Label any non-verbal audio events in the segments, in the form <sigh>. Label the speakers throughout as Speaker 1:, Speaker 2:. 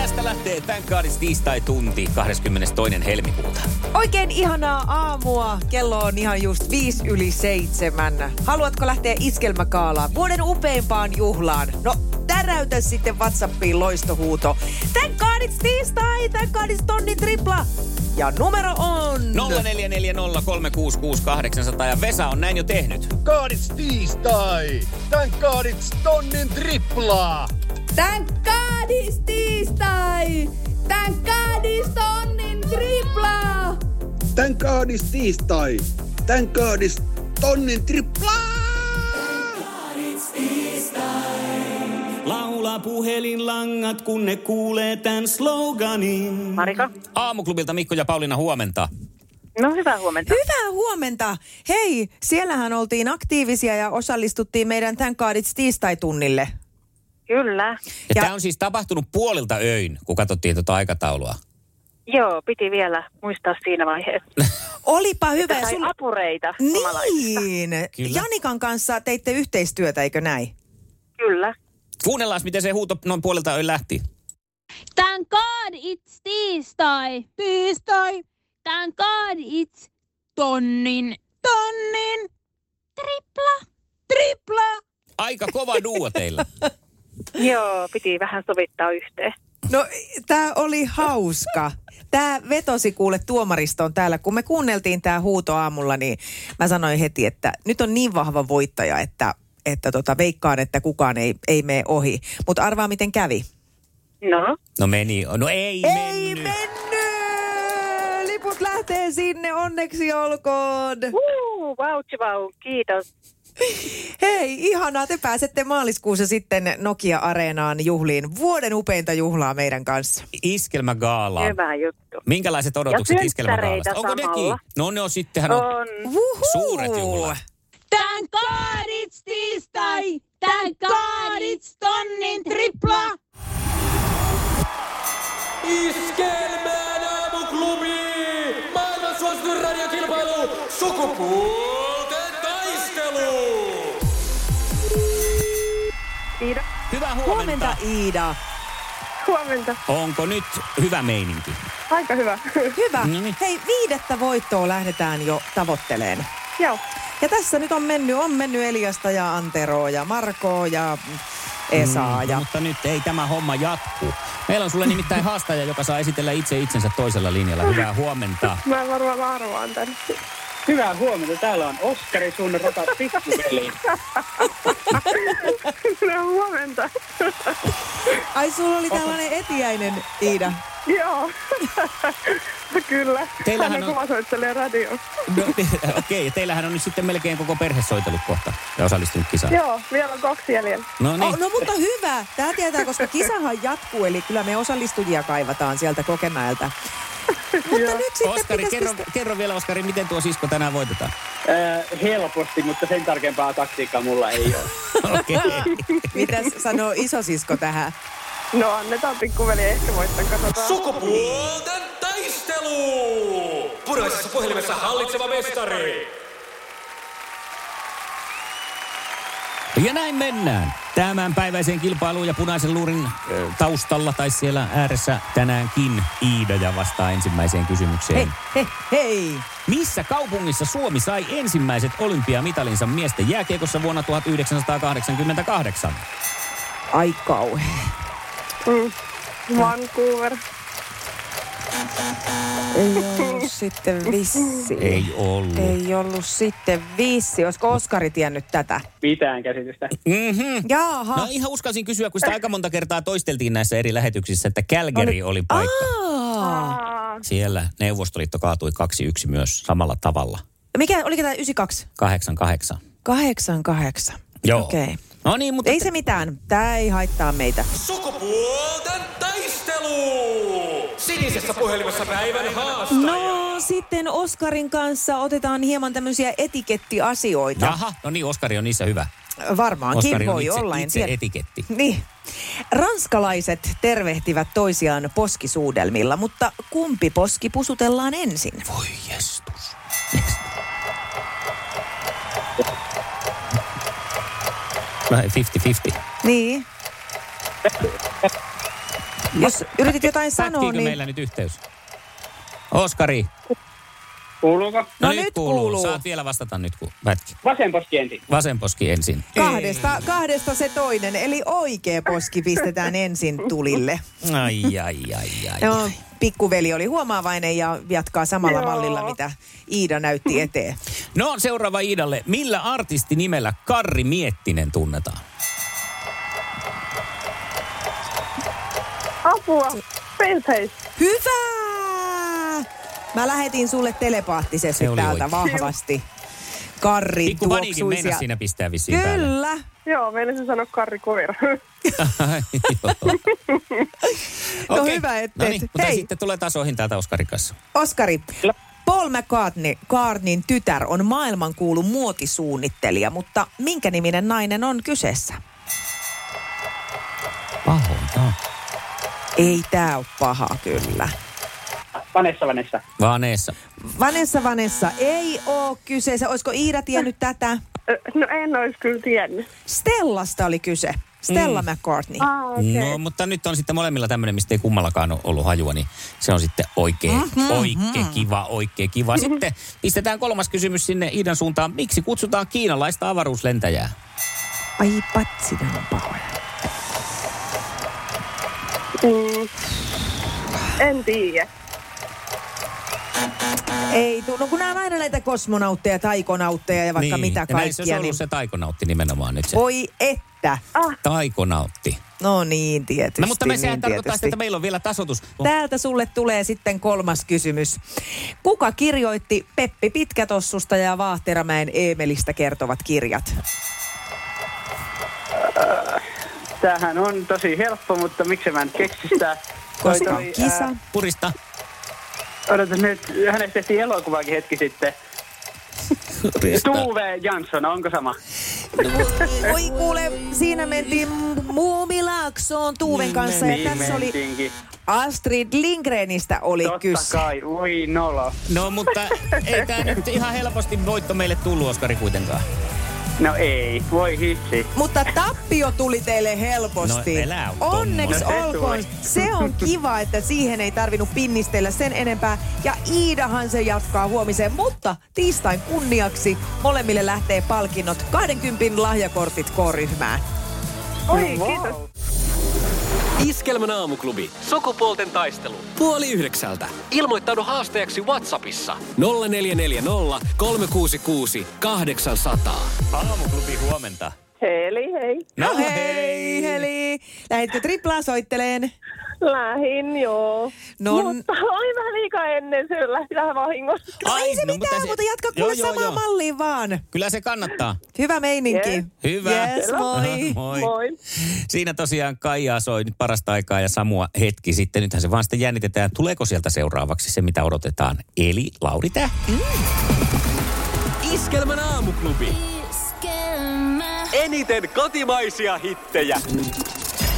Speaker 1: oli Thank Godis tiistai-tunti 22. helmikuuta.
Speaker 2: Oikein ihanaa aamua. Kello on ihan just viisi yli seitsemän. Haluatko lähteä iskelmäkaalaan vuoden upeimpaan juhlaan? No, täräytä sitten WhatsAppiin loistohuuto. Thank God it's tiistai, thank God it's tonni tripla. Ja numero on...
Speaker 1: No. 0440366800 ja Vesa on näin jo tehnyt.
Speaker 3: God it's tiistai! Thank God it's tonnin triplaa!
Speaker 4: Tän kaadis tiistai! Tän kaadis tonnin triplaa!
Speaker 5: Tän kaadis tiistai. Tän kaadis tonnin triplaa.
Speaker 6: Laula puhelinlangat, kun ne kuulee tämän sloganin.
Speaker 7: Marika?
Speaker 1: Aamuklubilta Mikko ja Pauliina huomenta.
Speaker 7: No hyvää huomenta.
Speaker 2: Hyvää huomenta. Hei, siellähän oltiin aktiivisia ja osallistuttiin meidän Thank God it's tiistai-tunnille.
Speaker 7: Kyllä.
Speaker 1: Ja,
Speaker 2: Ja-
Speaker 1: ja tämä on siis tapahtunut puolilta öin, kun katsottiin tuota aikataulua.
Speaker 7: Joo, piti vielä muistaa siinä vaiheessa.
Speaker 2: Olipa hyvä. ja
Speaker 7: Tai
Speaker 2: sulla-
Speaker 7: apureita. suomalaisista.
Speaker 2: Niin.
Speaker 1: Kyllä.
Speaker 2: Janikan kanssa teitte yhteistyötä, eikö näin?
Speaker 7: Kyllä.
Speaker 1: Kuunnellaan, miten se huuto noin puolilta öin lähti.
Speaker 8: Thank God it's tiistai. Tiistai. Thank God it's tonnin. Tonnin. Tripla. Tripla.
Speaker 1: Aika kova duo teillä.
Speaker 7: Joo, piti vähän sovittaa yhteen.
Speaker 2: No, tämä oli hauska. Tämä vetosi kuule tuomaristoon täällä. Kun me kuunneltiin tämä huuto aamulla, niin mä sanoin heti, että nyt on niin vahva voittaja, että, että tota, veikkaan, että kukaan ei, ei mene ohi. Mutta arvaa, miten kävi.
Speaker 7: No,
Speaker 1: No meni. No ei,
Speaker 2: Ei
Speaker 1: mennyt.
Speaker 2: mennyt! Liput lähtee sinne, onneksi olkoon.
Speaker 7: Uu, vau, vau, kiitos.
Speaker 2: Hei, ihanaa, te pääsette maaliskuussa sitten Nokia-areenaan juhliin. Vuoden upeinta juhlaa meidän kanssa.
Speaker 1: Iskelmägaalaa.
Speaker 7: Hyvä juttu.
Speaker 1: Minkälaiset odotukset
Speaker 7: Ja
Speaker 1: iskelmägaalasta?
Speaker 7: synttäreitä
Speaker 1: Onko
Speaker 7: samalla.
Speaker 1: nekin? No ne on sittenhän on.
Speaker 7: On.
Speaker 2: Wuhuu!
Speaker 1: Suuret juhlat.
Speaker 8: Thank God it's tiistai. Thank God it's tonnin tripla.
Speaker 9: Iskelmään aamuklubi! Maailman suosituin radiokilpailu! Sukupuolten taistelu!
Speaker 7: Kiitos.
Speaker 1: Hyvää huomenta.
Speaker 2: Huomenta, Iida.
Speaker 7: Huomenta.
Speaker 1: Onko nyt hyvä meininki?
Speaker 7: Aika hyvä. <laughs>
Speaker 2: Hyvä.
Speaker 1: No niin.
Speaker 2: Hei, viidettä voittoa lähdetään jo tavoitteleen.
Speaker 7: Joo.
Speaker 2: Ja tässä nyt on mennyt, on mennyt Eliasta ja Anteroa ja Markoa ja Esaa. Ja...
Speaker 1: Mutta nyt ei tämä homma jatku. Meillä on sulle nimittäin haastaja, joka saa esitellä itse itsensä toisella linjalla. Hyvää huomenta.
Speaker 7: Mä varmaan arvaan tän.
Speaker 10: Hyvää huomenta. Täällä on Oskari, sun rakas pikkuveli.
Speaker 7: <laughs> No huomenta.
Speaker 2: Ai, sulla oli tällainen etiäinen,
Speaker 1: No
Speaker 2: Iida.
Speaker 7: Joo. Kyllä.
Speaker 1: Teillähän Hän on on-
Speaker 7: kuva soittelee radio.
Speaker 1: No, <laughs> te- Okei, okay, teillähän on nyt sitten melkein koko perhe soitellut kohta ja osallistunut kisaan.
Speaker 7: Joo, vielä on kaksi jäljellä.
Speaker 1: No
Speaker 2: Oh,
Speaker 1: niin,
Speaker 2: no mutta hyvä. Tämä tietää, koska kisahan jatkuu, eli kyllä me osallistujia kaivataan sieltä
Speaker 1: <laughs>
Speaker 2: Kokemäeltä. Mutta nyt sitten
Speaker 1: Oskari,
Speaker 2: pitäisi
Speaker 1: kerro, kerro vielä Oskari, miten tuo sisko tänään voitetaan?
Speaker 10: Äh, helposti, mutta sen tarkempaa taktiikkaa mulla ei
Speaker 1: <laughs>
Speaker 10: ole.
Speaker 1: Okei. Okay.
Speaker 2: <laughs> Mitäs sanoo isosisko tähän?
Speaker 7: No annetaan pikkuveli ehkä voittaa, katsotaan.
Speaker 9: Sukupuolten taistelu! Punaisessa puhelimessa hallitseva mestari!
Speaker 1: Ja näin mennään. Tämän päiväiseen kilpailuun ja punaisen luurin ö, taustalla tai siellä ääressä tänäänkin Iida ja vastaa ensimmäiseen kysymykseen.
Speaker 2: Hei, hei, hei.
Speaker 1: Missä kaupungissa Suomi sai ensimmäiset olympiamitalinsa miesten jääkiekossa vuonna 1988?
Speaker 2: Ai kauhean. Mm.
Speaker 7: Vancouver.
Speaker 2: Ei ollut sitten vissi.
Speaker 1: Ei ollut.
Speaker 2: Ei ollut sitten vissi. Olisiko Oskari tiennyt tätä?
Speaker 10: Mitään käsitystä.
Speaker 1: Mm-hmm.
Speaker 2: Jaaha.
Speaker 1: No ihan uskalsin kysyä, kun sitä aika monta kertaa toisteltiin näissä eri lähetyksissä, että Calgary oli paikka.
Speaker 2: No niin. Aa.
Speaker 7: Aa,
Speaker 1: Siellä Neuvostoliitto kaatui 2-1 myös samalla tavalla.
Speaker 2: Mikä, oliko tämä 92?
Speaker 1: 88.
Speaker 2: 88.
Speaker 1: Joo.
Speaker 2: Okei.
Speaker 1: No niin, mutta
Speaker 2: Ei se mitään. Tämä ei haittaa meitä.
Speaker 9: Sukupuolten taistelu! Sinisessä puhelimessa päivän haaste.
Speaker 2: No sitten Oskarin kanssa otetaan hieman tämmöisiä etikettiasioita.
Speaker 1: Jaha, no niin, Oskari on niissä hyvä.
Speaker 2: Varmaankin
Speaker 1: No. Oskari on
Speaker 2: voi
Speaker 1: itse,
Speaker 2: olla, en
Speaker 1: itse
Speaker 2: tiedä.
Speaker 1: etiketti.
Speaker 2: Niin. Ranskalaiset tervehtivät toisiaan poskisuudelmilla, mutta kumpi poski pusutellaan ensin?
Speaker 1: Voi jestus. Vähän 50-50.
Speaker 2: Niin. <laughs> Jos yritit jotain sanoa,
Speaker 1: Pätkiikö
Speaker 2: niin...
Speaker 1: meillä nyt yhteys? Oskari.
Speaker 10: Kuuluuko?
Speaker 1: No,
Speaker 2: No
Speaker 1: nyt,
Speaker 2: nyt
Speaker 1: kuuluu.
Speaker 2: kuuluu.
Speaker 1: Saat vielä vastata nyt, kun pätki.
Speaker 10: Vasen poski ensin.
Speaker 1: Vasen poski ensin.
Speaker 2: Kahdesta, kahdesta se toinen, eli oikea poski pistetään ensin tulille.
Speaker 1: Ai, ai, ai, ai.
Speaker 2: Joo, pikkuveli oli huomaavainen ja jatkaa samalla
Speaker 7: Joo.
Speaker 2: mallilla, mitä Iida näytti eteen.
Speaker 1: No seuraava Iidalle. Millä artistinimellä Karri Miettinen tunnetaan?
Speaker 7: Apua. Penseis.
Speaker 2: Hyvä! Mä lähetin sulle telepaattisesti
Speaker 1: Se oli
Speaker 2: täältä
Speaker 1: oikein.
Speaker 2: vahvasti. Karri
Speaker 1: Pikku paniikin mennä
Speaker 2: tuoksuisia.
Speaker 1: siinä pistää vissiin päälle.
Speaker 2: Kyllä.
Speaker 7: Joo, meinasin sanoa Karri Koira. <laughs>
Speaker 1: Ai, joo.
Speaker 2: No
Speaker 1: Okei.
Speaker 2: hyvä, et-
Speaker 1: No niin,
Speaker 2: et-
Speaker 1: mutta
Speaker 2: hei.
Speaker 1: sitten tulee tasoihin täältä Oskarin kanssa.
Speaker 2: Oskari, Paul McCartney, McCartneyn tytär on maailmankuulu muotisuunnittelija, mutta minkä niminen nainen on kyseessä?
Speaker 1: Pahoita.
Speaker 2: Ei tää ole paha kyllä.
Speaker 10: Vanessa, Vanessa.
Speaker 1: Vaneessa.
Speaker 2: Vanessa Vanessa ei oo kyseessä. Oisko Iida tiennyt tätä?
Speaker 7: Ö, No en olisi kyllä tiennyt.
Speaker 2: Stellasta oli kyse. Stella McCartney.
Speaker 7: Ah, okei.
Speaker 1: No, mutta nyt on sitten molemmilla tämmöinen, mistä ei kummallakaan ole ollut hajua, niin se on sitten oikein, mm-hmm, oikein kiva, oikein kiva.
Speaker 2: Mm-hmm.
Speaker 1: Sitten pistetään kolmas kysymys sinne Iidan suuntaan. Miksi kutsutaan kiinalaista avaruuslentäjää?
Speaker 2: Ai patsi, nämä on pahoja.
Speaker 7: Mm. En tiedä.
Speaker 2: Ei, tu- no kun nämä on aina näitä kosmonautteja, taikonautteja ja vaikka
Speaker 1: niin.
Speaker 2: mitä
Speaker 1: ja näin se olisi
Speaker 2: kaikkia.
Speaker 1: ollut
Speaker 2: niin...
Speaker 1: se taikonautti nimenomaan nyt se.
Speaker 2: Voi että.
Speaker 10: Ah.
Speaker 1: Taikonautti.
Speaker 2: No niin, tietysti.
Speaker 1: No, mutta me sehän
Speaker 2: niin
Speaker 1: tarkoittaa sitä,
Speaker 2: tietysti.
Speaker 1: että meillä on vielä tasotus.
Speaker 2: Täältä sulle tulee sitten kolmas kysymys. Kuka kirjoitti Peppi Pitkätossusta ja Vaahteramäen Eemelistä kertovat kirjat?
Speaker 10: Tämähän on tosi helppo, mutta miksi mä en keksi sitä?
Speaker 2: <laughs>
Speaker 10: Toi
Speaker 2: Koska
Speaker 10: toi,
Speaker 2: on kisa.
Speaker 10: ää,
Speaker 1: Purista.
Speaker 10: Odotas nyt, hänestä tehtiin elokuvaakin hetki sitten. Tuve Jansson, onko sama?
Speaker 2: Oi kuule, siinä mentiin Muumilaaksoon
Speaker 10: Niin
Speaker 2: Tuuven kanssa ja tässä oli
Speaker 10: mentiinkin.
Speaker 2: Astrid Lindgrenistä oli
Speaker 10: Totta
Speaker 2: kyse.
Speaker 10: kai, voi nolo.
Speaker 1: No mutta ei tämä nyt ihan helposti voitto meille tullut, Oskari, kuitenkaan.
Speaker 10: No ei, voi hitsi.
Speaker 2: Mutta tappio tuli teille helposti.
Speaker 1: No, älä ole tommonen.
Speaker 2: Onneksi
Speaker 10: No, se
Speaker 2: olkoon.
Speaker 10: tuli.
Speaker 2: Se on kiva, että siihen ei tarvinnut pinnistellä sen enempää. Ja Iidahan se jatkaa huomiseen, mutta tiistain kunniaksi molemmille lähtee palkinnot 20 lahjakortit K-ryhmään.
Speaker 7: Oi, kiitos.
Speaker 9: Iskelmän aamuklubi. Sukupuolten taistelu. Puoli yhdeksältä. Ilmoittaudu haasteeksi Whatsappissa. 0440 366 800.
Speaker 1: Aamuklubi huomenta.
Speaker 7: Heli, hei.
Speaker 2: No hei, heli. Lähditkö triplaa soitteleen?
Speaker 7: Lähin, joo.
Speaker 2: No n-
Speaker 7: Mutta oli vähän liikaa ennen, se lähti vähän vahingossa.
Speaker 2: Ai, ei se
Speaker 1: no,
Speaker 2: mitään, mutta, jatka
Speaker 1: Joo,
Speaker 2: kuule
Speaker 1: joo,
Speaker 2: samaan
Speaker 1: joo.
Speaker 2: malliin vaan.
Speaker 1: Kyllä se kannattaa.
Speaker 2: Hyvä meininki.
Speaker 7: Yes.
Speaker 1: Hyvä.
Speaker 2: Yes, moi.
Speaker 1: Moi.
Speaker 7: Moi.
Speaker 1: Siinä tosiaan Kaija soi nyt parasta aikaa ja Samua hetki sitten. Nythän se vaan sitten jännitetään, tuleeko sieltä seuraavaksi se, mitä odotetaan. Eli Lauri
Speaker 2: No
Speaker 1: Tähti.
Speaker 9: Iskelmän aamuklubi. Eniten kotimaisia hittejä.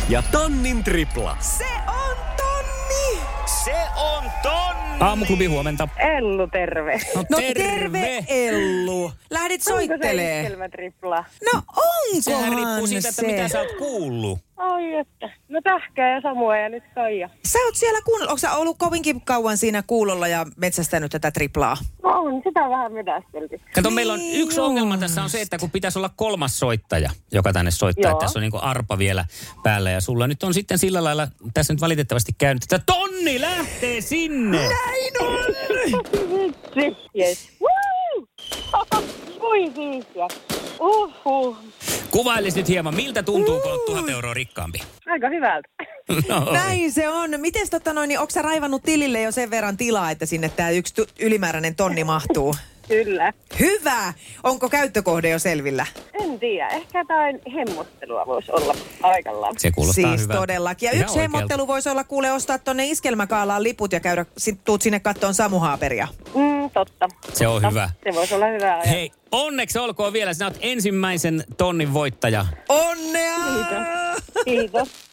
Speaker 9: Ja tonnin tripla.
Speaker 2: Se on tonni.
Speaker 9: Se on tonni!
Speaker 2: niin.
Speaker 1: Aamuklubi huomenta.
Speaker 7: Ellu, terve.
Speaker 2: No terve Ellu. Lähdit soittelee.
Speaker 7: Onko se tripla?
Speaker 2: No onkohan
Speaker 1: Sehän riippuu siitä, että
Speaker 2: se.
Speaker 1: mitä sä oot kuullut.
Speaker 7: Ai että. No tähkää ja Samua ja nyt Kaija.
Speaker 2: Sä oot siellä kuunnellut, onko sä ollut kovinkin kauan siinä kuulolla ja metsästänyt tätä triplaa?
Speaker 7: No on, sitä vähän medästeltiin.
Speaker 1: Kato, meillä on
Speaker 2: Niin
Speaker 1: yksi ongelma tässä on se, että kun pitäisi olla kolmas soittaja, joka tänne soittaa.
Speaker 7: Joo.
Speaker 1: Että Tässä on niin arpa vielä päällä ja sulla nyt on sitten sillä lailla tässä nyt valitettavasti käynyt, että tonni lähtee sinne.
Speaker 7: Vitsi. Yes. Woo! Voi siistiä. Uhuh.
Speaker 1: Kuvailisi nyt hieman, miltä tuntuu, kun olet tuhat euroa rikkaampi. <laughs>
Speaker 7: Aika hyvältä.
Speaker 1: No,
Speaker 2: Näin se on. Miten tota noin, niin onko sä raivannut tilille jo sen verran tilaa, että sinne tämä yksi tu- ylimääräinen tonni mahtuu?
Speaker 7: Kyllä.
Speaker 2: Hyvä! Onko käyttökohde jo selvillä?
Speaker 7: En tiedä. Ehkä jotain hemmottelua voisi olla paikallaan.
Speaker 1: Se kuulostaa
Speaker 2: siis
Speaker 1: hyvältä.
Speaker 2: todellakin. Ja
Speaker 1: Ihan
Speaker 2: yksi
Speaker 1: oikealta.
Speaker 2: hemmottelu voisi olla kuule ostaa tonne iskelmäkaalaan liput ja käydä, sit tuut sinne kattoon Samu Haaperia.
Speaker 7: Mm, totta.
Speaker 1: Se on
Speaker 7: Totta.
Speaker 1: hyvä.
Speaker 7: Se voisi olla hyvä ajatus.
Speaker 1: Hei, onneksi olkoon vielä. Sinä olet ensimmäisen tonnin voittaja.
Speaker 2: Onnea!
Speaker 7: Kiitos.